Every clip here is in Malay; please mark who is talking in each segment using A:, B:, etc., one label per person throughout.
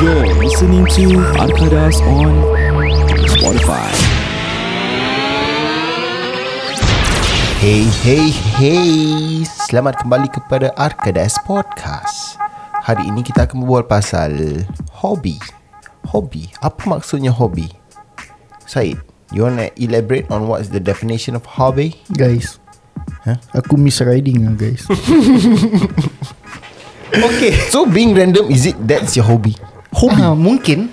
A: You're listening to Arkadas on Spotify.
B: Hey, hey, hey. Selamat kembali kepada Arkadas Podcast. Hari ini kita akan berbual pasal hobi. Hobi. Apa maksudnya hobi? Said, you want to elaborate on what's the definition of hobby?
C: Guys
B: Huh?
C: Aku miss riding lah guys
B: Okay. So being random is it that's your hobby?
C: Hobi ha, Mungkin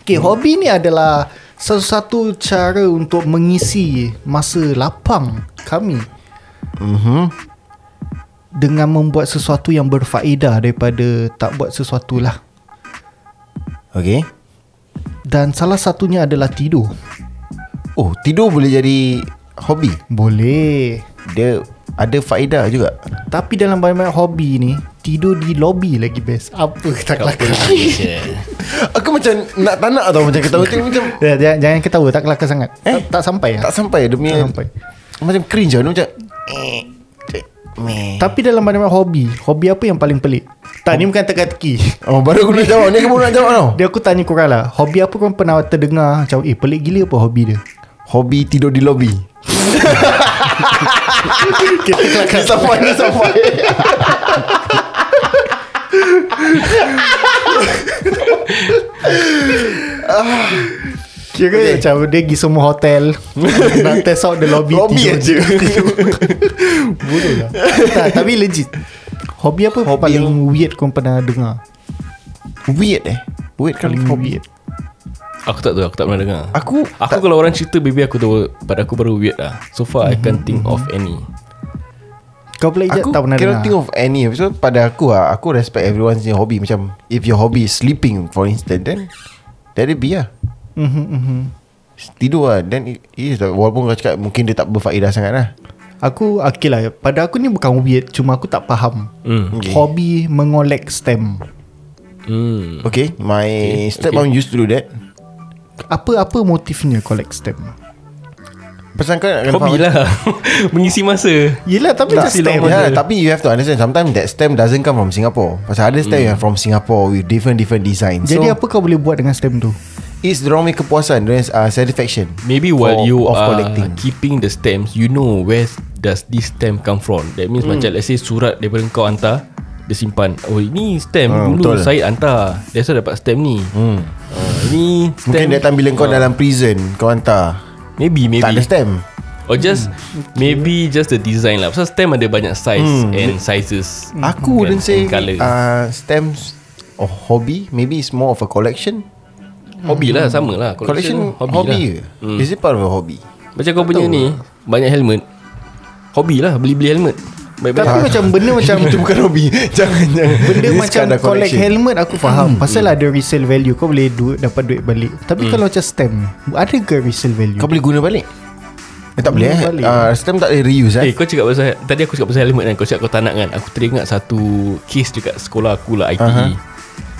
C: Okay hobi ni adalah Satu-satu cara untuk mengisi Masa lapang kami Mm-hmm.
B: Mhm.
C: Dengan membuat sesuatu yang berfaedah Daripada tak buat sesuatu lah
B: Okay.
C: Dan salah satunya adalah tidur
B: Oh, tidur boleh jadi hobi.
C: Boleh
B: Dia ada faedah juga.
C: Tapi dalam banyak-banyak hobi ni Tidur di lobby lagi best Apa tak kelakar
B: Aku macam nak tak nak tau macam ketawa tengok macam
C: Ya, jangan, jangan ketawa tak kelakar sangat eh? tak, tak sampai lah
B: tak sampai dia punya
C: Tak sampai.
B: Macam cringe lah dia macam eh, eh, meh.
C: Tapi dalam banyak-banyak hobi Hobi apa yang paling pelik? Tak ni bukan teka-teki
B: Oh baru aku nak jawab Ni aku baru nak jawab tau
C: Dia aku tanya korang lah Hobi apa korang pernah terdengar Macam eh pelik gila apa hobi dia
B: Hobi tidur di lobby Kita kelakar Sampai ni sampai
C: Kira okay. macam dia pergi semua hotel Nak test out the lobby
B: Lobby
C: tidur
B: aja
C: Bodoh lah tak, Tapi legit Hobi apa hobi
B: Hobi
C: paling weird korang pernah dengar
B: Weird eh Weird kali
C: Paling
B: hobi
C: weird
D: Aku tak tahu Aku tak pernah dengar
B: Aku
D: Aku tak. kalau orang cerita Baby aku tahu Pada aku baru weird lah So far I can't think of any
C: Kau pula Ijat
B: Aku
C: tak pernah
B: cannot
C: dengar
B: think of any So pada aku lah Aku respect everyone's hobby Macam If your hobby is sleeping For instance Then Let it be lah
C: Mhm, mhm.
B: Tidur lah Then it it is lah. Walaupun kau cakap Mungkin dia tak berfaedah sangat lah
C: Aku okay lah Pada aku ni bukan weird Cuma aku tak faham
D: Hmm
B: Okay.
C: Hobi mengolek stem
D: Hmm
B: Okay My stepmom used to do that
C: Apa-apa motifnya collect stem
B: Pasal kau nak kena
D: Hobi
B: faham-
D: lah Mengisi masa
C: Yelah tapi
B: Tak,
C: just stem
B: yeah, tapi you have to understand Sometimes that stem doesn't come from Singapore Pasal ada stem
D: Hmm.
B: yang from Singapore With different different design
C: Jadi
B: So
C: apa kau boleh buat dengan stem tu?
B: It's the punya kepuasan Diorang uh, satisfaction
D: Maybe
B: for-
D: while you
B: Of
D: are
B: collecting
D: keeping the stamps You know where does this stamp come from That means macam let's say Surat daripada kau hantar Dia simpan Oh ini stamp
B: Ah,
D: dulu
B: betul.
D: Saya hantar That's why dapat stamp ni hmm. Ini stamp
B: Mungkin datang bila kau
D: Ah,
B: dalam prison Kau hantar
D: Maybe maybe
B: Tak ada Hmm. stem
D: Or just Maybe just the design lah Pasal stamp ada banyak size
B: Hmm.
D: And sizes
B: Aku wouldn't
D: and
B: say
D: colours.
B: uh, Stamps Or hobby Maybe it's more of a collection
D: Hobby lah sama lah
B: Collection, hobby, Hmm.
D: lah.
B: ke? Is it part of a hobby?
D: Macam kau punya ni Banyak helmet Hobby lah Beli-beli helmet
C: Tapi
D: Baik-baik Ah.
C: macam benda macam
B: Itu bukan hobby Jangan jangan
C: Benda
B: Ini
C: macam
B: sekadar
C: collect
B: collection.
C: helmet aku faham Pasal ada resale value Kau boleh duit, dapat duit balik Tapi kalau macam stem Ada ke resale value?
B: Kau boleh guna balik Eh tak boleh eh
C: Guna balik.
B: uh, Stem tak boleh reuse eh
D: Eh kau cakap pasal Tadi aku cakap pasal helmet kan Kau cakap kau tak nak kan Aku teringat satu Case dekat sekolah aku lah ITE uh-huh.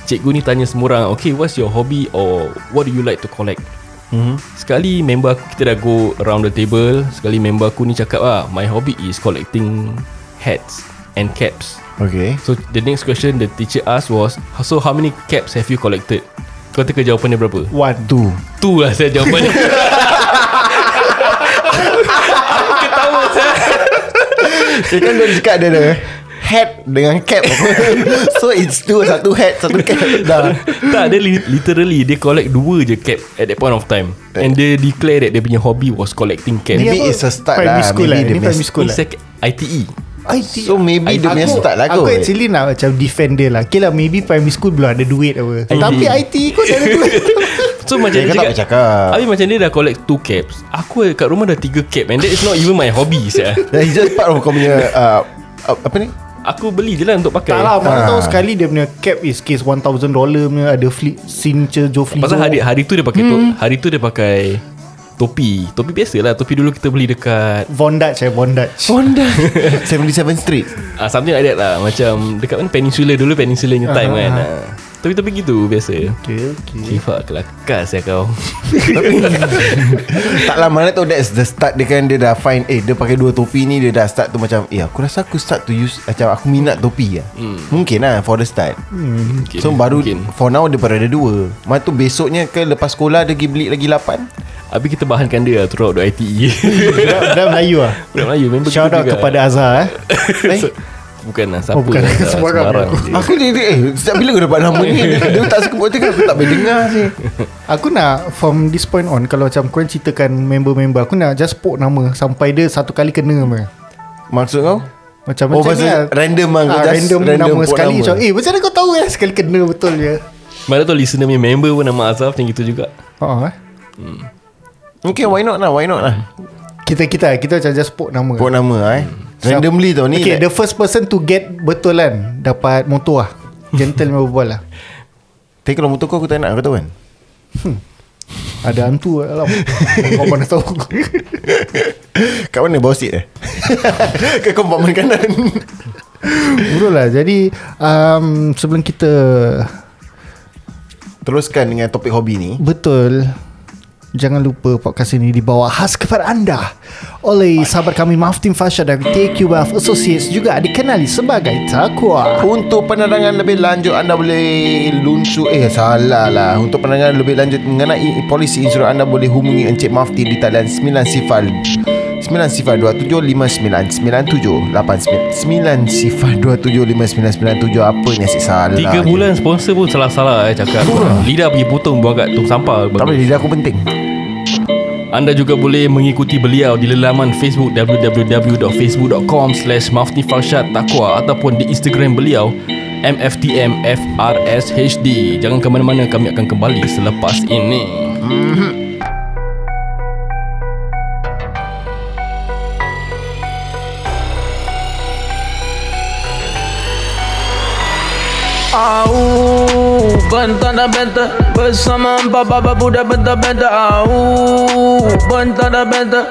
D: Cikgu ni tanya semua orang Okay what's your hobby Or what do you like to collect
C: Mhm.
D: mm-hmm. Sekali member aku Kita dah go around the table Sekali member aku ni cakap lah My hobby is collecting Hats And caps
B: Okay
D: So the next question the teacher asked was So how many caps have you collected? Kau teka jawapan dia berapa?
C: One
B: Tu
D: Tu lah saya jawapan dia Aku Ketawa saya
B: Dia kan dia cakap dia ada Hat dengan cap So it's two Satu hat Satu cap Dah
D: Tak dia li- literally Dia collect dua je cap At that point of time And dia declare that Dia punya hobby was collecting cap
B: Maybe
C: Ni apa?
B: it's a start
C: primary
B: lah.
C: School
B: Maybe
C: lah.
B: dia
C: Ini primary
B: miss-
C: school
D: Ni
C: lah
D: sec- ITE
C: IT.
B: So maybe dia punya start lah
C: Aku
B: kot.
C: actually nak macam defender lah Okay lah maybe primary school Belum ada duit apa Tapi IT kau dah ada duit
D: So macam
B: Dia kan
D: dia
B: tak
D: cakap
B: bercakap.
D: Habis macam dia dah collect two caps Aku kat rumah dah tiga cap And that is not even my hobby saya.
B: Dah it's just part of kau punya uh, uh, Apa ni
D: Aku beli je lah untuk pakai
C: Tak lah Mana
B: Ah.
C: tahu sekali Dia punya cap is case $1,000 punya Ada flip Signature Joe Flizzo
D: Pasal hari hari tu dia pakai hmm. to, hari tu dia pakai topi. Topi biasa lah. Topi dulu kita beli dekat
C: Von Dutch eh Von Dutch
B: Honda 77 Street
D: Ah, uh, something like that lah. Macam dekat mana Peninsula dulu Peninsula punya time uh-huh. kan. Uh. Topik-topik gitu biasa
C: Okay, okay.
D: Sifat kelakar saya kau
B: Taklah mana lah tu That's the start dia kan Dia dah find Eh dia pakai dua topi ni Dia dah start tu macam Eh aku rasa aku start to use Macam aku minat topi lah hmm. Mungkin lah For the start
D: Mungkin,
B: So baru
D: mungkin.
B: For now dia baru ada dua Lepas tu besoknya ke Lepas sekolah dia pergi beli lagi lapan
D: Habis kita bahankan dia lah Throughout the ITE
C: Budak, budak Melayu lah
D: Budak Melayu member
C: Shout
D: kita
C: out
D: juga.
C: kepada Azhar eh
D: eh? Bukan lah Siapa
C: Oh, bukan.
D: lah,
C: Sembarang.
D: je.
B: Aku dia, dia eh Sejak bila kau dapat nama ni Dia, dia tak suka buat cakap Aku tak boleh dengar sih
C: Aku nak From this point on Kalau macam korang ceritakan Member-member Aku nak just pok nama Sampai dia satu kali kena apa.
B: Maksud kau
C: Macam
B: Oh,
C: macam
B: pasal random lah, kau
C: ah,
B: just
C: Random,
B: random
C: nama
B: pok
C: sekali
B: nama.
C: Macam, Eh macam mana kau tahu eh Sekali kena betul je
D: Mana tu listener punya member pun Nama Azhar macam gitu juga
C: oh, eh.
B: Okay why not lah Why not lah
C: Kita kita Kita macam just pok nama
B: Buat nama eh Randomly tau ni
C: Okay
B: like-
C: the first person to get Betul kan Dapat motor lah Gentle berbual lah
B: Tapi kalau motor kau Aku tak nak kau tahu kan
C: Ada hantu lah dalam Kau mana tahu
B: Kat mana bawah seat eh Kat kompartmen kanan
C: Buruk lah Jadi um, Sebelum kita
B: Teruskan dengan topik hobi ni
C: Betul Jangan lupa podcast ini dibawa khas kepada anda Oleh sahabat kami Maftin Fasha dari TQF Associates Juga dikenali sebagai Takwa
B: Untuk penerangan lebih lanjut anda boleh lunsur eh salah lah. Untuk penerangan lebih lanjut mengenai polisi insurans anda boleh hubungi Encik Mafti di talian 9 sifar 9 sifar 275997 89 sifar 275997 apa ni asyik salah.
D: Tiga
B: je.
D: bulan sponsor pun salah-salah eh cakap Lidah pergi potong buang kat tong sampah
B: Tak boleh lidah aku penting.
D: Anda juga boleh mengikuti beliau di lelaman Facebook www.facebook.com slash Takwa ataupun di Instagram beliau MFTMFRSHD Jangan ke mana-mana kami akan kembali selepas ini
E: Au Bantara benta bersama empat baba budak benta benta Au Bantara benta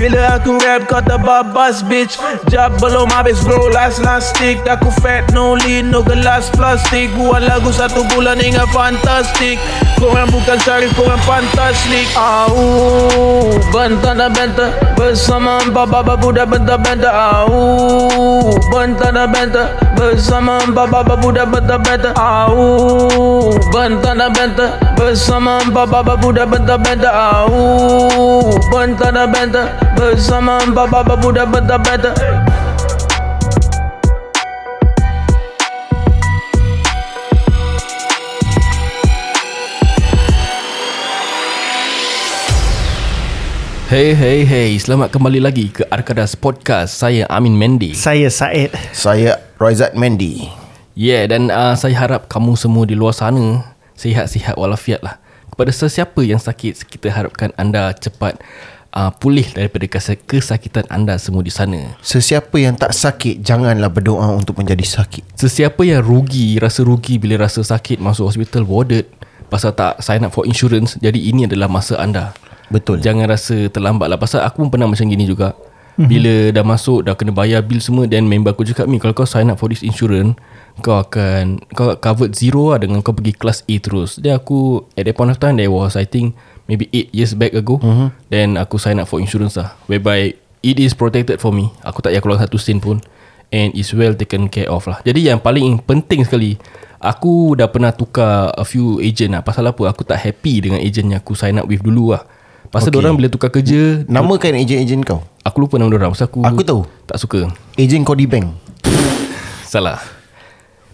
E: Bila aku rap kau tak babas bitch Jab belum habis bro last last stick Aku fat no lean no gelas plastik Buat lagu satu bulan hingga fantastik Korang bukan cari korang fantastik Au Bentana benta bersama empat baba budak benta benta Au Bentana benta bersama empat baba budak benta benta Au Bentana benta bersama empat baba budak benta benta Au Bentana benta bersama empat baba budak benta benta
D: Hey hey hey Selamat kembali lagi ke Arkadas Podcast Saya Amin Mendy
C: Saya Said
B: Saya Roizat Mendy.
D: Yeah dan uh, saya harap kamu semua di luar sana Sihat-sihat walafiat lah Kepada sesiapa yang sakit Kita harapkan anda cepat uh, pulih daripada kes- kesakitan anda semua di sana
B: Sesiapa yang tak sakit janganlah berdoa untuk menjadi sakit.
D: Sesiapa yang rugi Rasa rugi bila rasa sakit Masuk hospital warded Pasal tak sign up for insurance Jadi ini adalah masa anda
B: Betul.
D: Jangan rasa terlambat lah Pasal aku pun pernah macam gini juga Bila dah masuk Dah kena bayar bil semua Then member aku cakap Mi kalau kau sign up for this insurance Kau akan Kau covered zero lah Dengan kau pergi kelas A terus Then aku At that point of time There was I think Maybe 8 years back ago Then aku sign up for insurance lah Whereby It is protected for me Aku tak payah keluar satu sen pun And is well taken care of lah Jadi yang paling penting sekali Aku dah pernah tukar A few agent lah Pasal apa Aku tak happy dengan agent yang aku sign up with dulu lah Pasal okay. orang bila tukar kerja
B: Namakan ejen-ejen kau.
D: Aku lupa nama orang Pasal aku
B: Aku tahu.
D: Tak suka
B: Ejen kau di bank.
D: Salah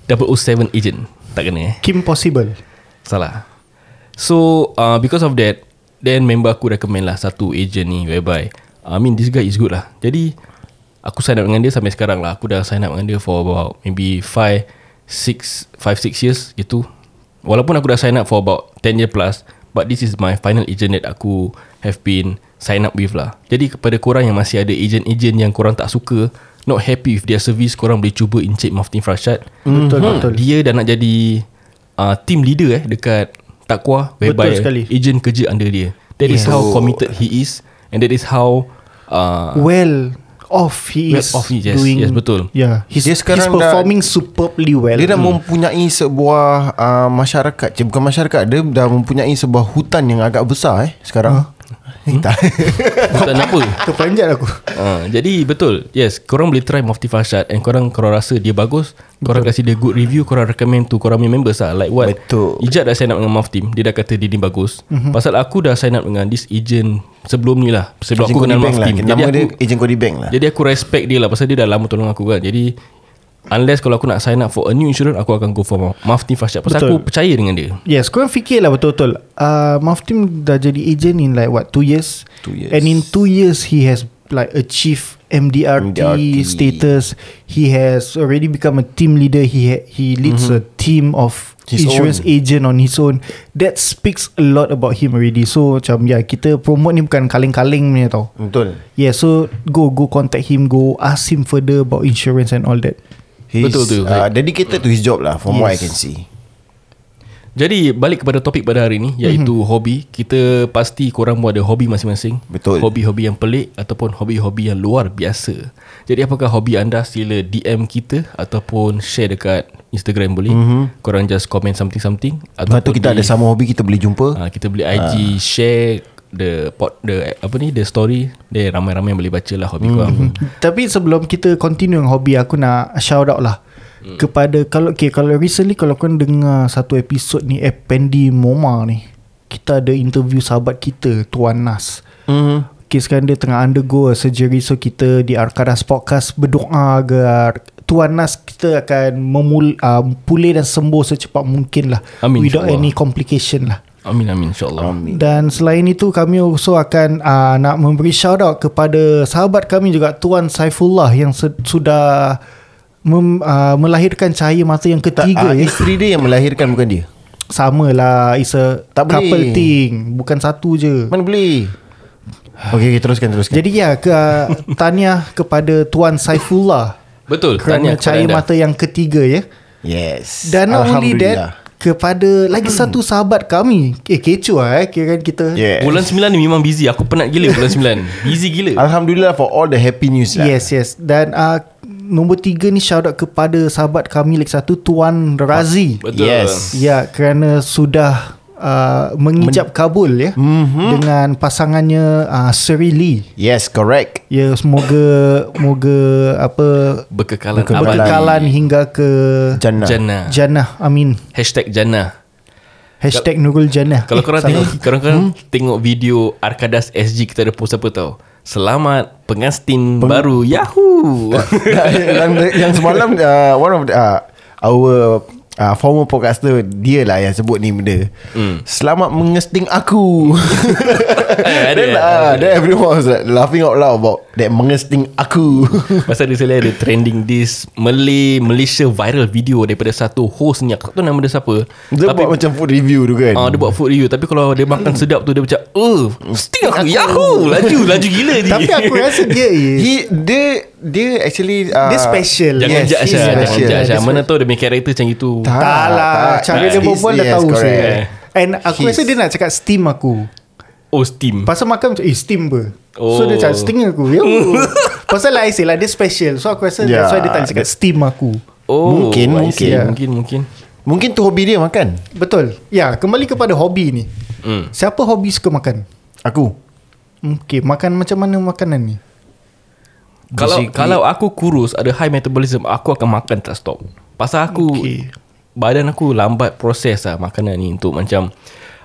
D: 007 agent Tak kena eh
C: Kim Possible
D: Salah So uh, Because of that Then member aku recommend lah Satu agent ni Whereby I mean this guy is good lah Jadi Aku sign up dengan dia Sampai sekarang lah Aku dah sign up dengan dia For about Maybe 5 6 5-6 years Gitu Walaupun aku dah sign up for about 10 year plus But this is my final agent that aku have been sign up with lah Jadi kepada korang yang masih ada agent-agent yang korang tak suka Not happy with their service Korang boleh cuba incik Maftin Farshad
C: Betul,
D: Hmm,
C: betul.
D: Dia dah nak jadi uh, Team leader eh Dekat Takwa Whereby
C: Betul sekali.
D: agent kerja under dia That yeah. is
B: Yeah.
D: how
B: So-
D: committed he is And that is how uh,
C: Well off he
D: Well
C: is
D: off, yes,
C: doing
D: yes, betul.
C: Yeah, he's,
B: Dia
C: he's
B: sekarang dah-
C: performing superbly well. Hmm.
B: Dia dah mempunyai sebuah uh, masyarakat je Bukan masyarakat Dia dah mempunyai sebuah hutan yang agak besar eh Sekarang hmm? Tak
D: Hutan apa
C: terpanjat aku.
D: uh, Jadi betul Yes Korang boleh try Mufti Farshad And korang Korang rasa dia bagus Korang kasih dia good review Korang recommend to Korang punya members lah Like what
B: Betul. Mhm.
D: Ijat dah sign up dengan Mufti Dia dah kata dia ni bagus Pasal aku dah sign up dengan This agent Sebelum ni lah Sebelum
B: Agent
D: aku kenal
B: Kodi Bank
D: Mufti
B: lah. Nama dia Agent Kodi Bank lah
D: Jadi aku respect dia lah Pasal dia dah lama tolong aku kan Jadi Unless kalau aku nak sign up For a new insurance Aku akan go for Ma- Mafti Fashad Pasal
C: Betul.
D: aku percaya dengan dia
C: Yes, korang fikirlah betul-betul. Uh, Maftim dah jadi agent in like what, 2 years?
B: Two years.
C: And in 2 years, he has like achieved MDRT,
B: MDRT.
C: status. He has already become a team leader. He ha- he leads mm-hmm. a team of
B: His
C: his insurance
B: own.
C: own. agent on his own. That speaks a lot about him already. So macam yeah, kita promote ni bukan kaling-kaling punya tau.
B: Betul
C: Yeah, so go go contact him, go ask him further about insurance and all that.
B: He's,
D: Betul tu,
B: uh,
D: right.
B: Dedicated to his job lah From yes. what I
C: Yes.
B: can see
D: Jadi balik kepada topik pada hari ni
B: Mhm.
D: Iaitu mm-hmm. hobi Kita pasti korang pun ada hobi masing-masing
B: Betul.
D: Hobi-hobi yang pelik Ataupun hobi-hobi yang luar biasa Jadi apakah hobi anda Sila DM kita Ataupun share dekat Instagram boleh mm-hmm. Korang just comment something-something
B: Mhm. Lepas tu kita ada sama hobi Kita boleh jumpa Ah,
D: ha, Kita boleh IG Share The pot the apa ni the story dia ramai-ramai yang boleh baca lah hobi mm. korang
B: Mhm.
C: Tapi sebelum kita continue dengan hobi aku nak shout out lah hmm. kepada kalau okay, kalau recently kalau kau dengar satu episod ni Effendi Moma ni kita ada interview sahabat kita Tuan Nas. Hmm. Okay, sekarang dia tengah undergo a surgery so kita di Arkadas Podcast berdoa agar Tuan Nas kita akan memul, uh, pulih dan sembuh secepat mungkin lah
D: Amin,
C: without
D: insyaAllah.
C: any complication lah.
D: Amin amin insyaallah amin.
C: Dan selain itu kami also akan uh, nak memberi shout out kepada sahabat kami juga Tuan Saifullah yang se- sudah mem, uh, melahirkan cahaya mata yang
B: Ah,
C: ketiga ya.
B: Isteri dia yang melahirkan bukan dia
C: Sama lah it's a
B: Tak boleh.
C: couple thing bukan satu je.
B: Mana boleh Okay, okay teruskan teruskan
C: Jadi ya ke, tahniah kepada Tuan Saifullah
D: Betul
C: kerana
D: tanya
C: cahaya mata yang ketiga ya.
B: Yes
C: Dan not only
B: Alhamdulillah. Hmm.
C: that kepada lagi satu sahabat kami. Eh kecoh lah eh kira kita.
B: Yes.
D: Bulan 9 ni memang busy Aku penat gila bulan 9 Busy gila
B: Alhamdulillah for all the happy news lah
C: Yes yes Dan uh, Nombor tiga ni shout out kepada Sahabat kami Lagi satu Tuan Razi
B: Ah,
D: Betul
B: Yes.
C: Ya kerana sudah uh, Mengijab kabul ya mm-hmm. Dengan pasangannya uh, Seri Lee
B: Yes correct
C: Ya semoga Moga Apa
D: Berkekalan abadi.
C: Berkekalan hingga ke
B: Jannah
D: Jannah
C: Jannah Amin
D: Hashtag Jannah
C: Hashtag Nurul Jannah
D: Kalau korang
C: salah.
D: tengok Korang korang
C: Hmm?
D: tengok video Arkadas SG Kita ada post apa tau Selamat pengantin Peng- baru Yahoo
B: yang, yang semalam uh, One of the, uh, Our uh, Former podcaster Dia lah yang sebut ni benda mm.
D: Hmm.
B: Selamat mengesting aku
D: Ada,
B: Then,
D: ada.
B: uh, then everyone was like Laughing out loud about That mengesting aku
D: Pasal dia selalu ada trending This Malay Malaysia viral video Daripada satu host ni Aku tak tahu nama dia siapa
B: Dia buat macam food review tu kan
D: Ah, dia buat food review Tapi kalau dia makan sedap tu Dia macam Eh Sting aku Yahoo Laju Laju gila ni
C: Tapi aku rasa dia is
B: He, Dia Dia actually uh,
C: Dia special
D: Jangan
B: Yes,
D: judge
B: he's
D: lah Jangan
B: special.
D: judge lah
C: Dia
D: Mana tahu dia punya karakter macam itu
C: Tak lah Cara dia
B: It's-
C: berbual dah
B: yes,
C: tahu
B: correct.
C: saya. And aku
B: His.
C: rasa dia nak cakap steam aku
D: Oh steam
C: Pasal makan macam Eh steam apa
D: Oh.
C: So dia cakap steam aku Yo. Pasal lah I say lah Dia special So aku rasa
B: Yeah.
C: yeah.
D: Ya,
C: That's why dia tak boleh cakap steam aku
D: Oh
B: Mungkin,
D: I
B: mungkin.
D: see. Mungkin mungkin
B: Mungkin tu hobi dia makan
C: Betul Ya kembali kepada hobi ni
D: Hmm.
C: Siapa hobi suka makan
B: Aku
C: Okay makan macam mana makanan ni
D: Kalau
B: Basically-
D: kalau aku kurus ada high metabolism aku akan makan tak stop. Pasal aku okay.
C: Okay.
D: badan aku lambat proses lah makanan ni untuk macam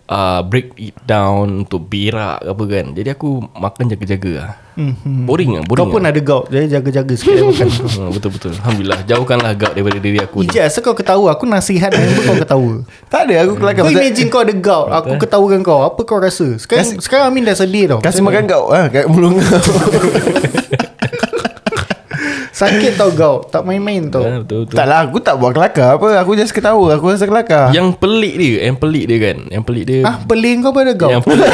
D: uh, break it down untuk berak ke apa kan. Jadi aku makan jaga-jaga lah. Mm-hmm. Boring lah, boring.
C: Kau pun
D: lah.
C: ada gout Jadi jaga-jaga sikit dia makan
D: Hmm, betul betul. Alhamdulillah jauhkanlah gout daripada diri aku. ni.
C: Ijaz asal kau ketawa Aku nasihat member kau ketawa
B: Tak ada
D: Hmm.
B: aku kelakar
C: Kau
B: pasal-
C: imagine kau ada gout Aku ketawakan kau Apa kau rasa Sekarang, sekarang Amin dah sedih tau
B: Kasih makan kau ah, Kat mulut kau
C: Sakit tau kau Tak main-main tau
D: Ah, Betul betul
B: Tak lah aku tak buat kelakar apa Aku just ketawa Aku rasa kelakar
D: Yang pelik dia Yang pelik dia kan Yang pelik dia
C: Ah peling kau pada kau
D: Yang pelik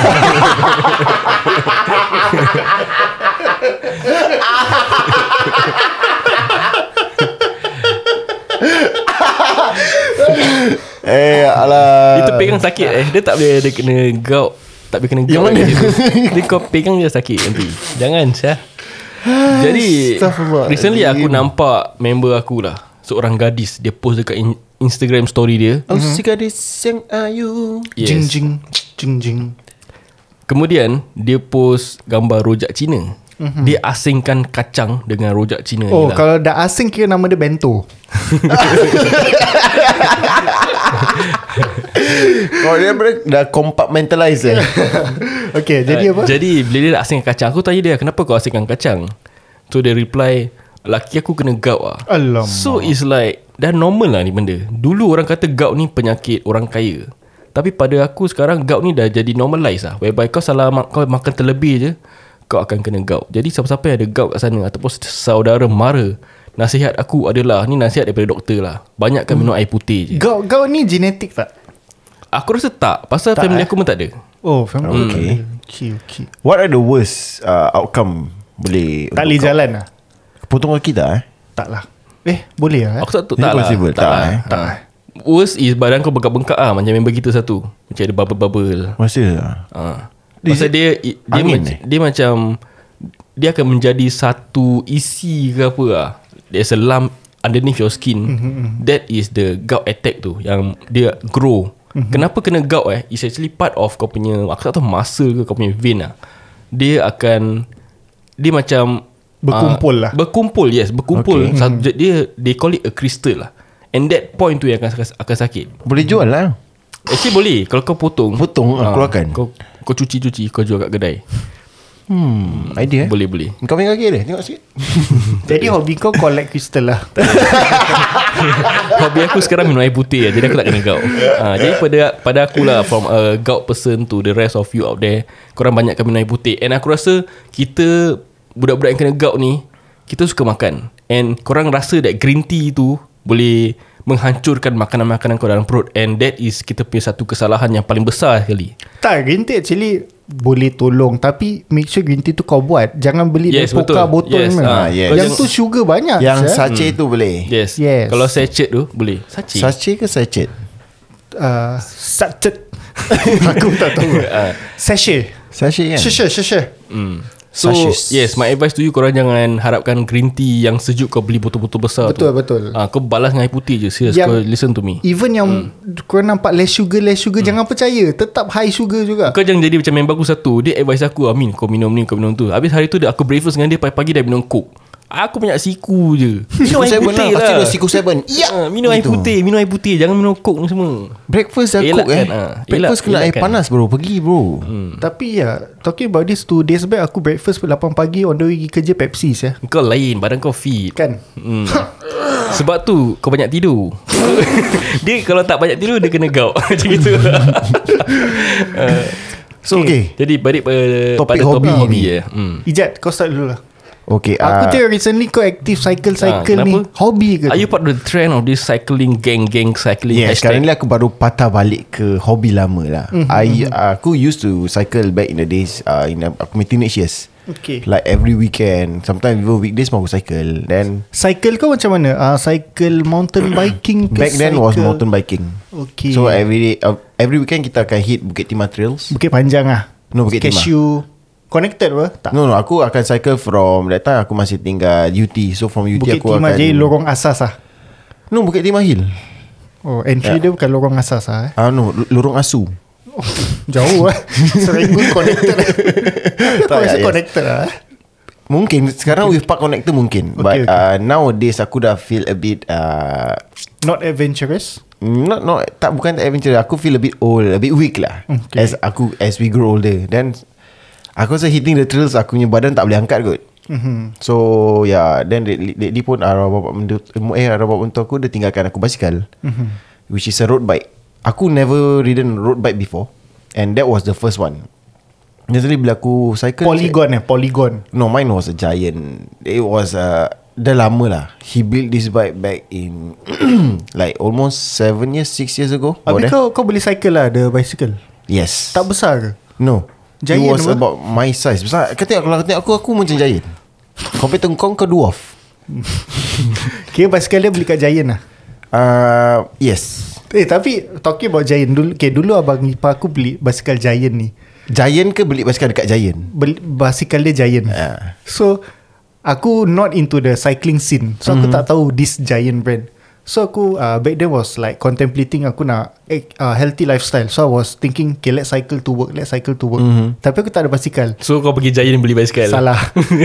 B: Eh alah
D: Dia terpegang sakit eh Dia tak boleh Dia kena gaut Tak boleh kena gaut
B: mana?
D: lagi dia, dia kau pegang dia sakit nanti Jangan Syah
B: Ah,
D: Jadi
B: Astaghfirullahaladzim.
D: Recently aku nampak Member aku lah Seorang gadis Dia post dekat in- Instagram story dia
B: Oh si gadis yang ayu
D: Yes
C: Jing jing Jing jing
D: Kemudian Dia post gambar rojak Cina
B: Mhm.
D: Dia asingkan kacang Dengan rojak Cina ni
C: Oh
D: lah.
C: kalau dah asing kira nama dia bento
B: Kau dia ber- dah compartmentalize eh
C: Okay jadi
D: Ah,
C: apa
D: Jadi bila dia asingkan kacang Aku tanya dia Kenapa kau asingkan kacang So dia reply Laki aku kena gout lah
C: Alamak.
D: So it's like Dah normal lah ni benda Dulu orang kata gout ni penyakit orang kaya Tapi pada aku sekarang Gout ni dah jadi normalize lah Whereby kau salah ma- Kau makan terlebih je Kau akan kena gout Jadi siapa-siapa yang ada gout kat sana Ataupun saudara mara Nasihat aku adalah Ni nasihat daripada doktor lah Banyakkan minum air putih je
C: Kau kau ni genetik tak
D: Aku rasa tak Pasal
B: eh?
D: family aku pun tak ada
C: Oh
D: Hmm.
C: family
B: Okay.
C: Okay okay
B: What are the worst uh, outcome Boleh
C: Tak boleh jalan lah
B: Potong kaki tak eh
C: Tak lah Eh boleh lah eh?
D: Aku tak
B: Is it
D: tahu tak lah.
B: possible? Tak, eh?
D: tak. Worst is badan kau bengkak-bengkak ah macam member kita satu. Macam ada bubble-bubble.
B: Masa tak
D: Ah.
B: Is
D: Pasal
B: it
D: dia i- dia,
B: angin
D: mac-
B: eh?
D: dia macam dia akan menjadi satu isi ke apa ah. There's a lump underneath your skin. That is the gout attack tu yang dia grow. Kenapa kena gout eh? It's actually part of kau punya aku tak tahu muscle ke kau punya vein ah. Dia akan dia macam
C: Berkumpul lah.
D: ah, Berkumpul yes Berkumpul okay. Satu, Dia They call it a crystal lah And that point tu yang akan, akan sakit
B: Boleh jual lah
D: Actually boleh Kalau kau potong
B: Potong, ah,
D: ah,
B: keluarkan.
D: Kau kau cuci-cuci Kau jual kat kedai
B: Hmm Idea eh
D: Boleh boleh
B: Kau pegang kaki dia Tengok sikit
C: Jadi hobi kau collect crystal lah
D: Hobi aku sekarang minum air putih lah, Jadi aku tak kena gout ha, Jadi pada pada aku lah From a gout person To the rest of you out there Korang banyakkan minum air putih And aku rasa Kita Budak-budak yang kena gout ni Kita suka makan And korang rasa that green tea tu Boleh Menghancurkan makanan-makanan kau dalam perut And that is Kita punya satu kesalahan Yang paling besar sekali
C: Tak green tea actually Boleh tolong Tapi make sure green tea tu kau buat Jangan beli
D: Yes,
C: yes, poka
D: betul.
C: botol
D: Yes,
C: yes,
D: ah,
B: yes.
C: Yang tu sugar banyak
B: Yang
C: sia.
B: sachet tu boleh
D: Yes,
C: Yes.
D: Kalau sachet tu Boleh Sachet
B: Sachet ke sachet
C: uh, Sachet Aku tak tahu
D: Ah.
C: Sachet
B: Sachet kan
C: Sachet Sachet
D: Hmm. So
B: Sachets.
D: yes My advice to you Korang jangan harapkan Green tea yang sejuk Kau beli botol-botol besar
C: Betul,
D: tu.
C: betul.
D: Ah, Kau balas dengan air putih je Serius
C: Yang-
D: kau listen to me
C: Even yang
D: Hmm.
C: Korang nampak less sugar Less sugar Jangan percaya Tetap high sugar juga
D: Kau jangan jadi macam member aku satu Dia advice aku Amin kau minum ni Kau minum tu Habis hari tu dia, Aku breakfast dengan dia Pagi-pagi dia minum coke Aku punya siku je Minum air
B: seven
D: putih
B: lah. Pasti
D: lah
B: dia siku seven
D: Ya, minum air putih, minum air putih, jangan minum coke ni semua.
B: Breakfast dah
D: Elakkan,
B: cook eh
D: ah.
B: Breakfast
D: Elak-
B: kena air
D: elakkan.
B: panas bro Pergi bro
C: Tapi ya Talking about this Two days back Aku breakfast pukul 8 pagi On the way pergi kerja Pepsi ya.
D: Kau lain, badan kau fit.
C: Kan
D: Hmm. Sebab tu kau banyak tidur. dia kalau tak banyak tidur dia kena gout macam gitu. Ah.
B: So okay
D: Jadi balik pada
B: Topik
D: pada
B: hobi
D: topik
B: ni.
D: hobi ya. Hmm.
C: Ijat kau start dulu lah
B: Okay
C: Aku
B: ah,
C: tengok recently kau aktif cycle-cycle
D: Ah,
C: ni
D: kenapa?
C: Hobi ke?
D: Are you part of the trend of this cycling gang-gang cycling
B: Yeah, ya, sekarang
D: hashtag?
B: ni aku baru patah balik ke hobi lama lah. Mm-hmm. I aku used to cycle back in the days uh, in aku punya teenage years.
C: Okay.
B: Like every weekend, sometimes even weekdays pun aku cycle. Then
C: Cycle kau macam mana? Uh, cycle mountain biking ke?
B: back then
C: cycle?
B: was mountain biking.
C: Okay.
B: So every day, uh, every weekend kita akan hit Bukit Timah trails.
C: Bukit Panjang ah.
B: No, Bukit Timah.
C: Cashew. Connected apa? Tak.
B: No no, aku akan cycle from that time aku masih tinggal UT. So from UT
C: Bukit
B: aku
C: Timah
B: akan
C: jadi lorong asas ah.
B: No, Bukit Timah Hill.
C: Oh,
B: Ya.
C: entry dia bukan lorong asas ah. Eh.
B: Ah uh, no, lorong asu.
C: Jauh ah. Serenggun connected.
B: Tak, ya,
C: Kau rasa
B: yes.
C: connected ah.
B: Mungkin sekarang with Park Connector mungkin okay, but
C: Okay, okay.
B: okay. Uh, nowadays aku dah feel a bit uh,
C: Not adventurous.
B: Not not tak bukan tak adventure aku feel a bit old a bit weak lah
C: Okay.
B: okay. as aku as we grow older then aku rasa hitting the trails aku punya badan tak boleh angkat kot mm-hmm. so yeah then lately, lately pun arwah bapak mendu- eh arwah bapak mentua aku dia tinggalkan aku basikal mm-hmm. which is a road bike aku never ridden road bike before and that was the first one Usually bila aku cycle
C: Polygon eh, polygon.
B: No, mine was a giant. It was a dah lama lah He built this bike back in Like almost 7 years 6 years ago about
C: Habis
B: there.
C: kau, kau boleh cycle lah The bicycle
B: Yes
C: Tak besar ke
B: No Giant It
C: Giant
B: was
C: apa?
B: about my size Besar Kau tengok kalau kau tengok aku Aku macam giant Compared to kau Kau dwarf
C: Kira bicycle dia beli kat Giant lah
B: uh, Yes
C: Eh tapi Talking about Giant dulu, okay, dulu abang ipar aku beli Bicycle Giant ni
B: Giant ke beli basikal dekat giant
C: Beli, Bicycle dia Giant
B: Ah.
C: So Aku not into the cycling scene So aku tak tahu This Giant brand So aku uh, Back then was like Contemplating aku nak eh, uh, Healthy lifestyle So I was thinking Okay let's cycle to work Let's cycle to work Tapi aku tak ada bicycle
D: So kau pergi Giant beli basikal
C: Salah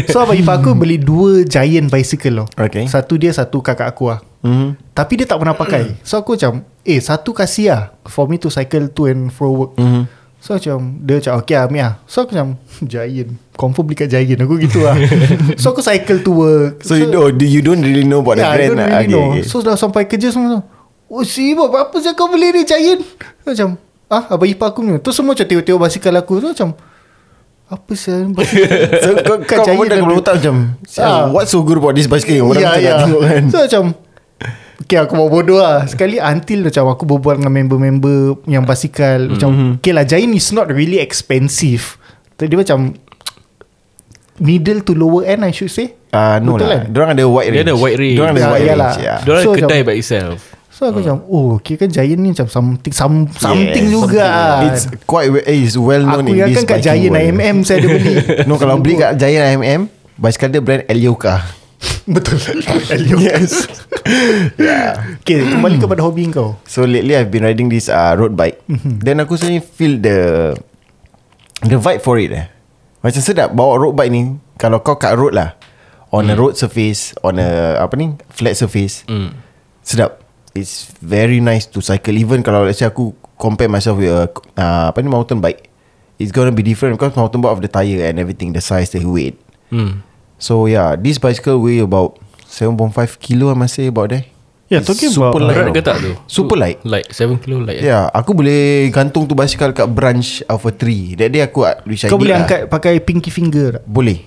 C: So abang ipar aku beli Dua giant bicycle tau
B: Okay.
C: Satu dia Satu kakak aku lah mm-hmm. Tapi dia tak pernah pakai
B: Mm-hmm.
C: So aku macam Eh satu kasih lah For me to cycle To and fro work mm-hmm. So macam Dia macam okay lah ambil lah So aku macam Giant Confirm beli kat giant Aku gitu lah So aku cycle to work
B: So, you, don't, you don't really know about
C: yeah,
B: the brand
C: I don't
B: lah.
C: really
B: Okay,
C: know
B: okay.
C: So dah sampai kerja semua macam Oh sibuk Apa sih kau beli ni Giant Macam Ah abang ipar aku ni Tu semua macam tengok-tengok basikal aku Tu macam Apa sih basikal
B: So kau,
C: Kat
B: kau
C: Giant
B: pun dah
C: ada-
B: kepala otak macam
C: Ah.
B: "Sial, What's so good about this bicycle Orang
C: Ya,
B: yeah, tak
C: ya.
B: yeah. tengok kan
C: So macam Okay aku mau bodoh lah Sekali until macam Aku berbual dengan member-member Yang basikal mm-hmm. Macam Okay lah Giant is not really expensive So, Dia macam Middle to lower end I should say
B: Ah uh, no
C: Betul
B: lah.
C: kan?
B: Diorang ada wide
D: Dia
B: range.
D: ada wide range.
B: Diorang ada
C: Ya,
B: wide
C: iyalah.
B: range. Yeah.
D: Diorang
C: So,
D: so, kedai by itself
C: So aku macam Oh okay kan Giant ni macam Something some, something juga ah."
B: It's quite we- eh, it's well known
C: Aku
B: in
C: yang
B: this
C: kan kat
B: biking
C: Giant
B: world.
C: IMM Saya ada beli
B: No kalau beli kat Giant IMM Bicycle dia brand Elioka
C: Betul Yes yeah. Okay kembali kepada hobi kau
B: So lately I've been riding this uh, road bike Then aku suddenly feel the The vibe for it eh Macam sedap bawa road bike ni Kalau kau kat road lah On a road surface On a apa ni Flat surface Sedap It's very nice to cycle Even kalau let's say aku Compare myself with a, uh, Apa ni mountain bike It's gonna be different Because mountain bike of the tire And everything The size the weight
D: hmm.
B: So yeah This bicycle weigh about 7.5 kilo I must say about there
C: Yeah, talking
B: super
C: about-
B: light tau.
D: Berat ke tak tu?
B: Super light
D: Light 7 kilo light
B: Ya,
D: eh?
B: yeah, aku boleh gantung tu basikal kat branch of a tree. That day aku reach
C: Kau
B: ID
C: boleh
B: lah.
C: angkat Pakai pinky finger tak?
B: Boleh.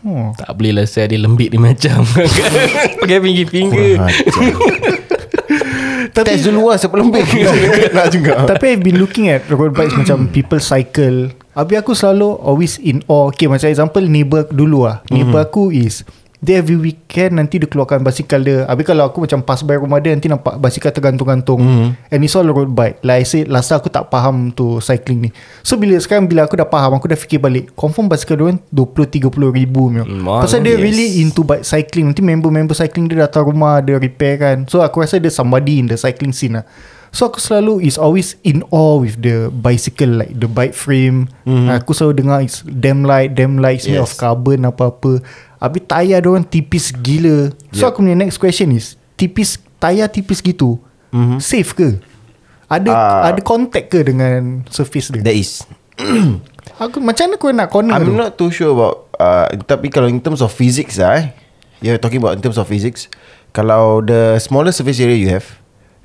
C: Hmm.
D: Tak boleh lah Saya dia lembik dia macam Pakai
B: Kurang
D: pinggir-pinggir
B: ajar.
C: Tapi
B: Test dulu lah sebelum bake. Nak juga.
C: Tapi I've been looking at road bikes Macam people cycle Habis aku selalu Always in awe Okay macam example Neighbor aku dulu lah Neighbor aku is Dia every weekend Nanti dia keluarkan basikal dia Habis kalau aku macam Pass by rumah dia Nanti nampak basikal tergantung-gantung And it's all road bike Like I said Last time aku tak faham Tu cycling ni So bila sekarang Bila aku dah faham Aku dah fikir balik Confirm basikal dia orang 20-30 ribu punya.
D: Hmm, mahal.
C: Pasal dia
D: Yes.
C: really into bike cycling Nanti member-member cycling dia datang rumah Dia repair kan So aku rasa dia somebody in the cycling scene lah So aku selalu is always in awe with the bicycle Like the bike frame mm. Aku selalu dengar it's damn light Damn light It's made
B: Mhm. Yes.
C: of carbon apa-apa Habis tayar dia orang tipis gila So aku punya next question is Tipis Tayar tipis gitu mm-hmm. Safe ke? Ada
B: Mhm. Ah.
C: ada contact ke dengan surface dia?
B: That is.
C: Aku macam mana kau nak corner
B: I'm
C: tu?
B: not too sure about uh, tapi kalau in terms of physics lah eh. You're talking about in terms of physics. Kalau the smaller surface area you have,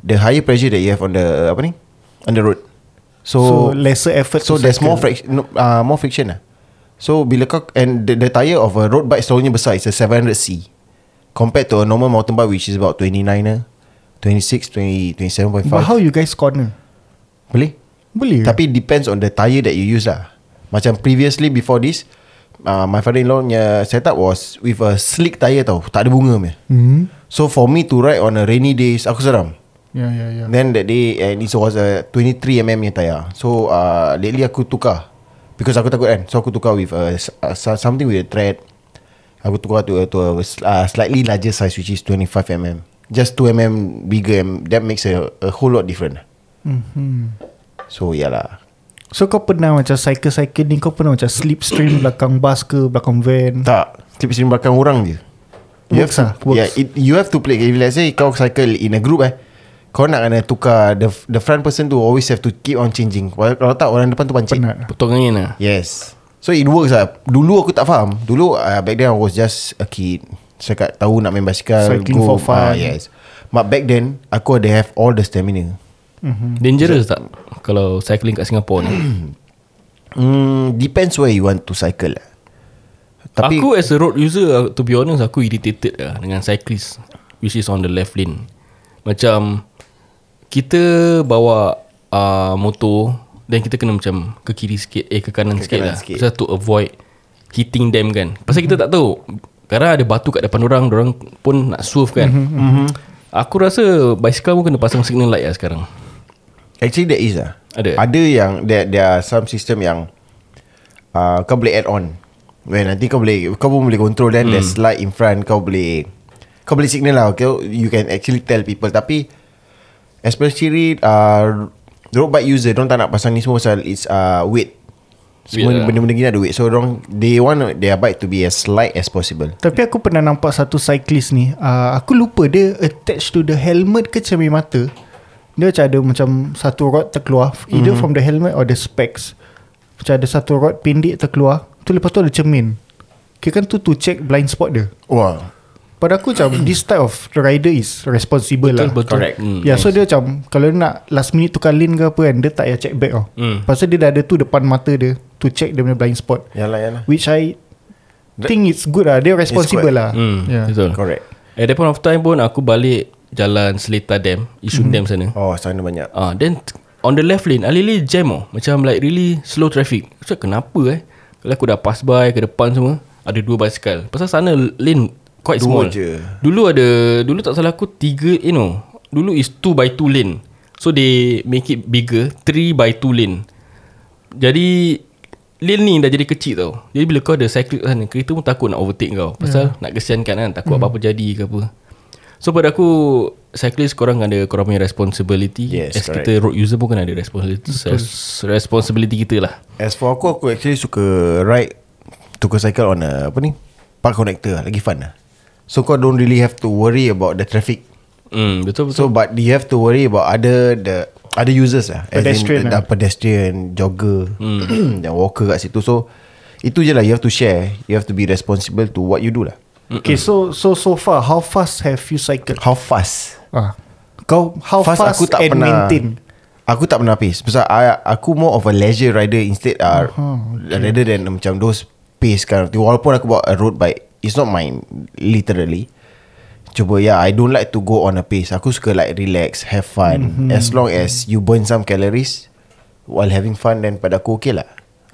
B: the higher pressure that you have on the apa ni? On the road.
C: so
B: So,
C: lesser effort
B: So
C: to
B: there's
C: cycle.
B: more friction no, uh, More friction lah So bila kau And the, the tire of a road bike Selalunya besar It's a 700C Compared to a normal mountain bike Which is about ah. 29er 26 20, 27.5
C: But how you guys corner?
B: Boleh
C: Boleh
B: yeah. Tapi
C: ke?
B: depends on the tire That you use lah Macam previously Before this uh, My father-in-law punya Setup was With a slick tire tau Tak ada bunga punya
C: Hmm.
B: So for me to ride On a rainy days Aku seram
C: Ya ya ya.
B: Then that day And it was a 23mm punya tayar So uh, lately aku tukar Because aku takut kan So aku tukar with a, s- a, s- Something with a thread Aku tukar to, a- to a s- uh, Slightly larger size Which is 25mm Just 2mm bigger and That makes a, a whole lot different
C: Mhm.
B: So yeah lah
C: So kau pernah macam cycle-cycle ni kau pernah macam slipstream belakang bus ke belakang van?
B: Tak Clip sini belakang orang je You
C: Works
B: have to,
C: lah, works.
B: yeah, it, you have to play If let's say kau cycle in a group eh Kau nak kena tukar The the front person tu always have to keep on changing Kalau kalau tak orang depan tu pancit
C: Penat.
D: Potong angin lah
B: Yes So it works lah Dulu aku tak faham Dulu uh, back then I was just a kid Saya kat tahu nak main basikal
C: Cycling for
B: Ah,
C: fun.
B: Yes But back then Aku ada have all the stamina Mhm.
D: Dangerous tak Kalau cycling kat Singapore ni
B: Hmm, Depends where you want to cycle lah Tapi
D: Tapi aku as a road user uh, to be honest aku irritated lah dengan cyclist which is on the left lane. Macam kita bawa uh, motor dan kita kena macam ke kiri sikit eh ke kanan ke sikit
B: kanan
D: lah.
B: sikit.
D: Pasal to avoid hitting them kan. Pasal kita tak tahu kadang ada batu kat depan orang, orang pun nak swerve kan. Mm-hmm, Aku rasa bicycle pun kena pasang signal light lah sekarang.
B: Actually there is lah
D: Ada?
B: Ada yang There, there are some system yang uh, Kau boleh add on Well nanti kau boleh Kau pun boleh control Then hmm. there's light in front Kau boleh Kau boleh signal lah okay? You can actually tell people Tapi Especially uh, Road bike user Diorang tak nak pasang ni semua Pasal it's uh, weight Semua
D: Weight lah.
B: benda-benda gini ada weight So diorang They want their bike to be as light as possible
C: Tapi aku pernah nampak satu cyclist ni uh, Aku lupa dia attached to the helmet ke cermin mata Dia macam ada macam satu rod terkeluar Either mm-hmm. from the helmet or the specs Macam ada satu rod pendek terkeluar Tu lepas tu ada cermin Kira kan tu to check blind spot dia
B: Wah
C: Pada aku macam this type of rider is responsible
D: Betul,
C: lah
D: betul. Correct. Hmm,
C: Hmm, yeah, so dia macam Kalau dia nak last minute tukar lane ke apa kan Dia tak payah check back tau
D: Hmm.
C: Pasal dia dah ada tu depan mata dia To check dia punya blind spot
B: Yalah yalah
C: Which I think it's good lah Dia responsible
B: good.
C: lah
D: Hmm,
C: yeah.
D: betul.
B: Correct
D: At that point of time pun aku balik jalan Seletar Dam, Yishun Dam sana.
B: Oh sana banyak
D: Ah, then t- on the left lane, alih-alih jam oh. Macam like really slow traffic. Aku cakap kenapa eh? Kalau aku dah pass by ke depan semua, ada dua basikal. Pasal sana lane quite
B: Dua
D: small.
B: je.
D: Dulu ada, dulu tak salah aku tiga, you know. Dulu is two by two lane. So they make it bigger, three by two lane. Jadi lane ni dah jadi kecil tau. Jadi bila kau ada cyclist kat sana, kereta pun takut nak overtake kau. Pasal yeah. nak kesiankan kan, takut apa-apa jadi ke apa. So pada aku cyclist korang ada korang punya responsibility.
B: Yes,
D: As
B: correct.
D: kita road user pun kena ada responsibility, res- responsibility kita lah.
B: As for aku Aku actually suka Ride Tukar cycle on a, Apa ni Park connector lah, Lagi fun lah So kau don't really have to worry About the traffic
D: Hmm, betul betul.
B: So but you have to worry About other The Other users lah As in,
C: Pedestrian
B: the,
C: lah.
B: the Pedestrian Jogger Dan walker kat situ So Itu je lah You have to share You have to be responsible To what you do lah
C: Okay so so so far how fast have you cycled?
B: How fast
C: Ah. Kau how fast, fast aku tak and pernah. maintain?
B: Aku tak pernah pace Sebab I, aku more of a leisure rider Instead uh,
C: Oh,
B: okay. Rather than um, macam those Pace kind of thing Walaupun aku bawa a road bike It's not mine Literally Cuba yeah I don't like to go on a pace Aku suka like relax Have fun mm-hmm. As long as You burn some calories While having fun Then pada aku okay lah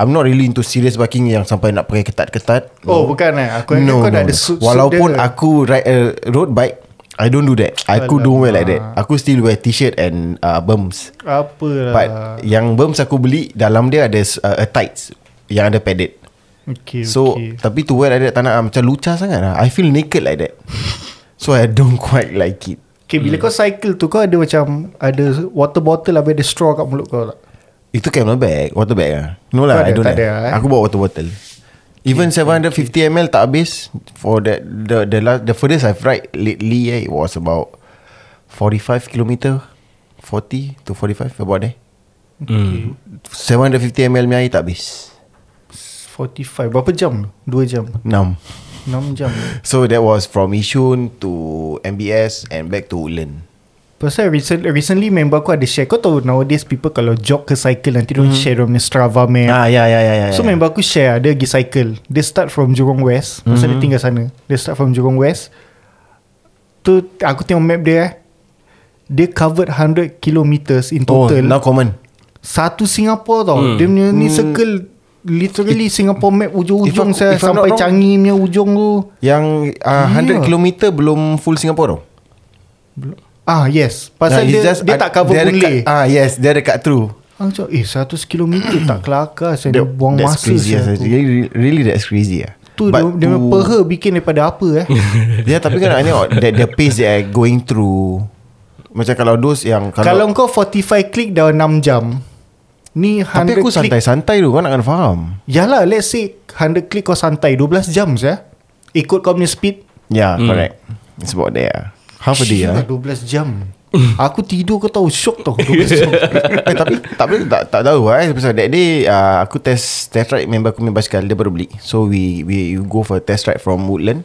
B: I'm not really into serious biking Yang sampai nak pakai ketat-ketat
C: Oh, bukan eh. Aku ingat kau dah ada suit- suit
B: Walaupun
C: dia.
B: aku ride a road bike I don't do that Aku don't wear like that Aku still wear t-shirt and uh, bumps
C: Apalah.
B: But yang berms aku beli Dalam dia ada uh, a tights Yang ada padded
C: okay,
B: So
C: okay.
B: Tapi to wear like that Tak nak ah, macam lucah sangat lah I feel naked like that So I don't quite like it
C: okay, bila
D: Mm.
C: kau cycle tu kau ada macam ada water bottle habis ada straw kat mulut kau tak?
B: Itu camel bag Water bag lah No lah I
C: Kau ada-
B: don't
C: tak
B: have
C: ada lah, eh?
B: Aku bawa water bottle Even 750ml tak habis For that The the, last, the furthest I've ride lately eh, It was about 45km 40 to 45 About there
D: Hmm.
B: 750ml punya air tak habis
C: 45 Berapa jam? 2 jam
B: 6
C: 6 jam
B: So that was from Yishun to MBS and back to Ulan.
C: Pasal recent, recently member aku ada share Kau tahu nowadays people kalau jog ke cycle Nanti dia
B: Hmm.
C: share dia punya Strava map
B: ya ya ya ya.
C: So member aku share Dia pergi cycle Dia start from Jurong West Pasal
B: Hmm.
C: mm-hmm. dia tinggal sana Dia start from Jurong West Tu aku tengok map dia eh Dia covered 100 kilometers in
B: oh, Hmm.
C: total
B: now common.
C: Satu Singapore tau Dia punya ni circle Literally Singapore map ujung-ujung
B: if aku-
C: saya
B: if I'm
C: Sampai
B: not wrong-
C: Changi punya ujung tu
B: Yang uh,
C: Yeah.
B: 100 km belum full Singapore tau.
C: Ah yes Pasal
B: Nah, it's
C: dia dia tak cover
B: dia
C: Boon
B: dekat-
C: Lay
B: Ah yes, dia dekat true.
C: Aku cakap eh 100 kilometer tak kelakar Saya dia buang
B: that's
C: masa
B: crazy. lah, Yes,
C: saya tu.
B: really, really that's crazy ah.
C: Tu dia, dia punya peha bikin daripada apa eh
B: Ya tapi kan I know that the pace that I going through. Macam kalau those yang kalau,
C: Kalau kau 45 klik dah 6 jam Ni 100
B: tapi aku
C: klik
B: santai-santai tu kau nak kena faham.
C: Yalah let's say 100 klik kau santai 12 jam saya Ikut kau punya speed
B: Ya, yeah, correct. It's about there. ah. Half a day
C: Shit lah,
B: lah.
C: 12 jam Aku tidur kau tahu Syok tau 12 jam
B: eh, tapi tak boleh tak tak tahu eh pasal that day uh, aku test test ride member aku main basikal dia baru beli. So we we you go for a test ride from Woodland.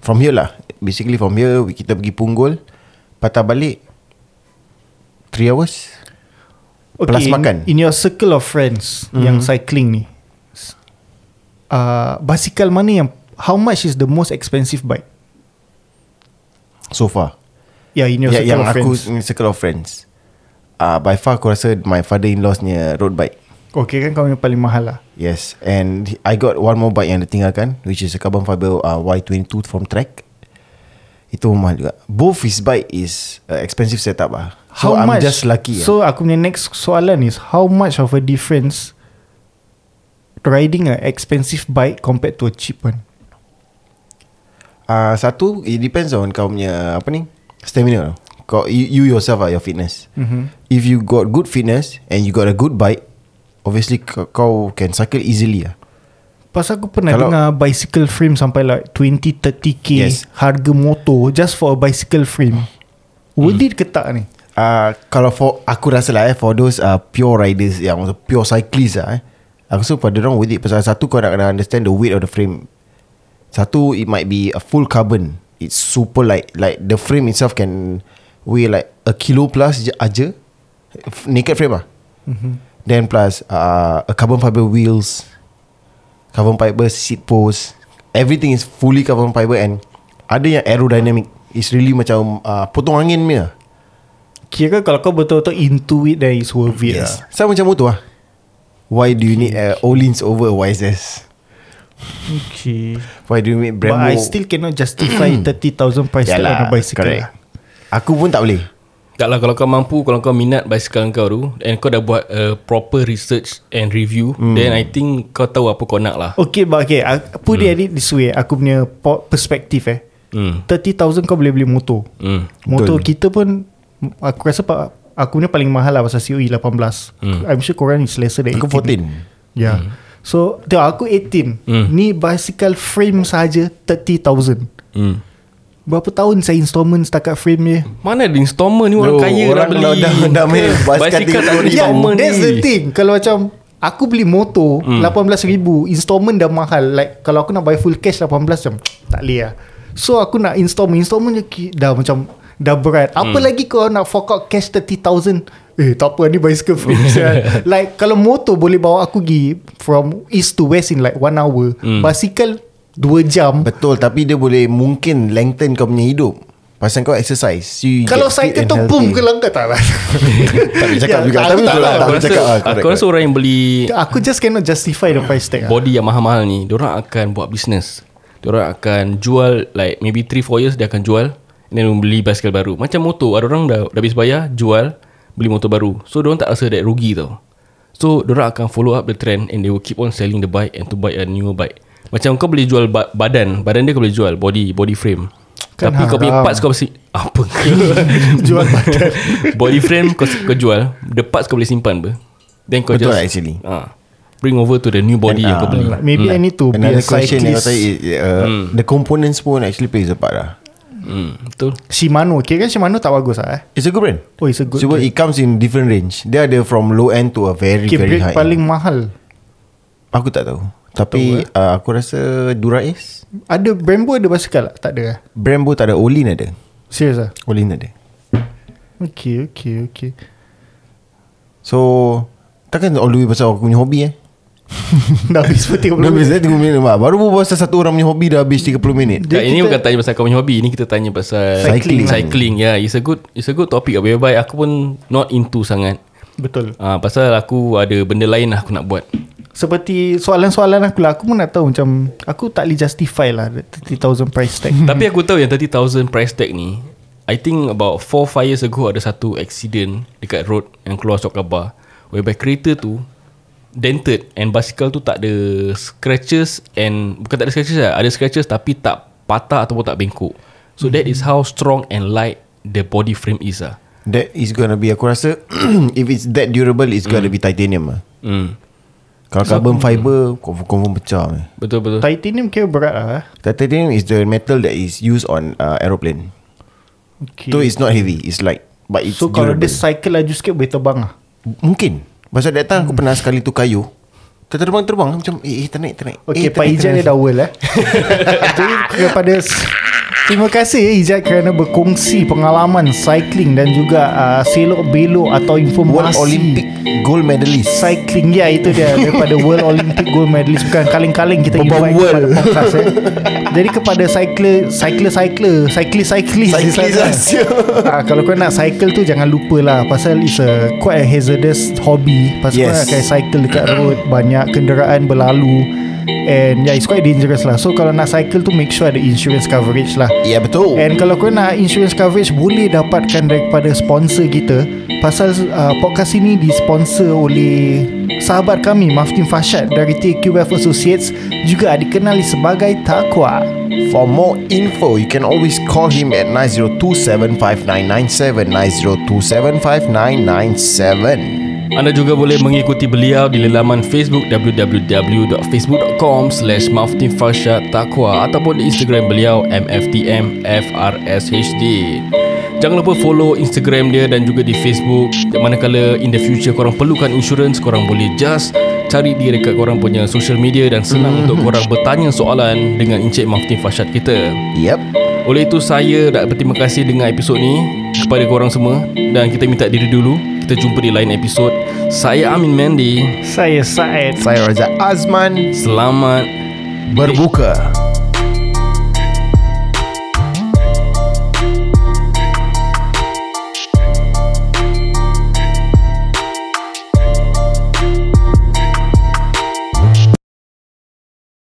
B: From here lah. Basically from here we, kita pergi Punggol, patah balik 3 hours. Plus
C: in,
B: makan. Mhm.
C: In your circle of friends mm-hmm. Yang cycling ni uh, Basikal mana yang How much is the most expensive bike?
B: So far
C: Yeah, in your
B: Ya, Yang
C: yeah, circle of
B: aku
C: friends.
B: in Circle of friends uh, By far aku rasa My father-in-law's ni Road bike
C: Okay kan kau yang paling mahal lah.
B: Yes And I got one more bike Yang dia tinggalkan Which is a carbon fiber uh, Y22 from Trek Itu mahal juga Both his bike is uh, Expensive setup lah So I'm just lucky ah.
C: So aku punya next soalan is how much of a difference riding a expensive bike compared to a cheap one?
B: uh, Satu It depends on kau punya Apa ni Stamina tau. kau, you, you yourself lah Your fitness mm-hmm. If you got good fitness And you got a good bike Obviously kau, kau can cycle easily lah
C: Pasal aku pernah
B: Kalau-
C: Kalau dengar bicycle frame sampai like 20 30k
B: Yes.
C: harga motor just for a bicycle frame. Worth it ke tak ni?
B: Uh, kalau for aku rasa lah eh, for those uh, pure riders yang pure cyclist lah eh, aku rasa pada orang worth it pasal satu kau nak kena understand the weight of the frame satu it might be a full carbon it's super light like the frame itself can weigh like a kilo plus je, aja F- naked frame ah mm-hmm. then plus uh, a carbon fiber wheels carbon fiber seat post everything is fully carbon fiber and ada yang aerodynamic it's really macam uh, potong angin punya
C: Kira kalau kau betul-betul into it then it's worth it yes. lah.
B: Sama macam motor lah Why do you need uh, Olins over YSS
C: Okay.
B: Why do you need
C: Brembo. Hmm.
B: Brembo
C: But I still cannot justify 30,000 price tag on a bicycle
B: correct.
C: lah.
B: Aku pun tak boleh
D: Tak lah kalau kau mampu Kalau kau minat bicycle kau tu And kau dah buat uh, Proper research and review
B: Hmm.
D: mm. Then I think Kau tahu apa kau nak lah
C: Okay but okay I Put it at it this way Aku punya po- perspektif eh
D: Hmm.
C: 30,000 kau boleh beli motor
D: Hmm.
C: Motor kita pun Aku rasa pak Aku punya paling mahal lah Pasal COE 18
D: Hmm.
C: I'm sure korang is lesser than
B: Aku
C: 18
B: 14
C: Yeah So tengok aku 18 Ni bicycle frame saja 30,000
D: Hmm.
C: Berapa tahun saya installment Setakat frame dia
D: Mana ada installment ni
B: Bro,
D: Orang kaya
B: orang
D: nak beli
B: kalau dah- dah main basikal
D: Basikal tak ada
B: tiga
C: Yeah,
D: installment
C: Ya, that's
D: ni
C: the thing. Kalau macam aku beli motor RM18,000, installment dah mahal. Like kalau aku nak buy full cash RM18 macam tak boleh lah. So aku nak installment, installment je ki- dah macam dah berat. Apa lagi kau nak fork out cash 30,000? Eh tak apa ni bicycle free sial. Like kalau motor boleh bawa aku pergi from east to west in like one hour. Basikal 2 jam.
B: Betul tapi dia boleh Mungkin lengthen kau punya hidup Pasal kau exercise you
C: kalau
B: get fit
C: cycle
B: and
C: tu boom
B: healthy.
C: ke langkah tak lah.
B: Tak boleh cakap
C: Ya,
B: juga
C: tak-
B: Tapi
C: tak
B: tak
C: lah.
B: lah Tak
D: Aku
B: boleh
D: rasa,
B: cakap lah, correct,
D: aku rasa
B: correct.
D: orang yang beli
C: aku just cannot justify the price tag. lah.
D: body yang mahal-mahal ni Diorang akan buat business Diorang akan jual Like maybe 3-4 years Dia akan jual And then beli basikal baru Macam motor Ada orang dah, dah habis bayar Jual Beli motor baru So diorang tak rasa that rugi tau So diorang akan follow up the trend And they will keep on selling the bike And to buy a newer bike Macam kau boleh jual ba- badan Badan dia kau boleh jual Body body frame
C: Kan
D: Tapi kau punya
C: haram.
D: parts kau mesti Apa kau Jual badan Body frame kau, kau jual The parts kau boleh simpan ber Then kau
B: Betul
D: just
B: lah, actually.
D: ah, Bring over to the new body
B: And,
D: Yang kau
B: ah,
D: beli lah.
C: Maybe I need to be a
B: Another question yang
C: cyclist. Hmm.
B: kata uh, The components pun actually plays a part lah
D: Hmm, betul.
C: Shimano Kira kan Shimano tak bagus lah eh
B: It's a good brand
C: Oh it's a good
B: So it comes in different range Dia ada from low end to a very
C: Okay
B: very
C: brake
B: high lah. end.
C: paling mahal
B: Aku tak tahu Tapi
C: eh?
B: tahu, uh, aku rasa Dura-Ace
C: Ada Brembo ada basikal tak? Tak ada lah
B: Brembo tak ada Olin ada
C: Serius lah
B: Olin ada
C: Okay okay okay
B: So Takkan all the way pasal aku punya hobi eh
C: Dah habis pun 30
B: Dah habis
C: minit
B: dah 30 minit Mak. Baru berbual pasal satu orang punya hobi Dah habis 30 minit
C: Dia
D: Tak, ini
C: kita-
D: bukan tanya pasal kau punya hobi. Ini kita tanya pasal
B: Cycling.
D: Cycling, ya. Yeah, it's a good it's a good topic. Whereby aku pun not into sangat.
B: eh?
C: Betul
D: Ah, pasal aku ada benda lain lah aku nak buat.
C: Seperti soalan-soalan aku lah Aku pun nak tahu macam Aku tak boleh justify lah the 30,000 price tag
D: Tapi aku tahu yang 30,000 price tag ni, I think about 4 5 years ago ada satu accident dekat road yang keluar Shok Kabar. Whereby kereta tu dented and basikal tu tak ada scratches and bukan tak ada scratches lah, ada scratches tapi tak patah ataupun tak bengkok. So that is how strong and light the body frame is ah.
B: That is gonna be Aku rasa If it's that durable It's
C: Mm.
B: gonna be titanium lah
D: Hmm.
B: Kalau carbon fiber Confirm, confirm pecah eh.
D: Betul betul.
C: Titanium kira berat lah eh.
B: Titanium is the metal That is used on uh, aeroplane
C: okay.
B: So it's not heavy It's light But it's
C: So kalau
B: durable
C: dia cycle laju sikit Boleh terbang lah Hmm.
B: Mungkin Pasal that time aku pernah sekali tu kayu Terterbang-terbang macam eh, eh ternaik ternaik. eh,
C: Okay, eh, Pak Ijat dia dah well eh. Jadi kepada Terima kasih ya Ijat kerana berkongsi pengalaman cycling dan juga uh, selok belok atau informasi
B: World Olympic gold medalist.
C: cycling ya itu dia daripada World Olympic gold medalist bukan kaling-kaling kita
B: Beban
C: invite kepada
B: world.
C: podcast eh. Jadi kepada cycler cycler cycler cyclist cyclist di
B: Cyclist
C: sana.
B: Asia.
C: Ah, kalau kau nak cycle tu jangan lupa lah pasal it's a quite a hazardous hobby pasal
B: Yes.
C: yes. kau nak kena cycle dekat road banyak kenderaan berlalu and yeah it's quite dangerous lah so kalau nak cycle tu make sure ada insurance coverage lah
B: Ya betul.
C: And kalau kau nak insurance coverage Boleh dapatkan daripada sponsor kita Pasal uh, podcast ini disponsor oleh Sahabat kami Maftin Fashad dari TQF Associates Juga dikenali sebagai Takwa
B: For more info, you can always call him at 90275997 90275997.
D: Anda juga boleh mengikuti beliau di laman Facebook www.facebook.com slash Takwa ataupun di Instagram beliau mftmfrshd. Jangan lupa follow Instagram dia dan juga di Facebook. Manakala in the future korang perlukan insurans, korang boleh just cari dia dekat korang punya social media dan senang untuk korang bertanya soalan dengan Encik Maftin Farshad kita.
B: Yep.
D: Oleh itu saya nak berterima kasih dengan episod ni kepada korang semua dan kita minta diri dulu. Kita jumpa di lain episod. Saya Amin Mendy.
C: Saya Said
B: Saya Raja Azman
D: Selamat
B: berbuka.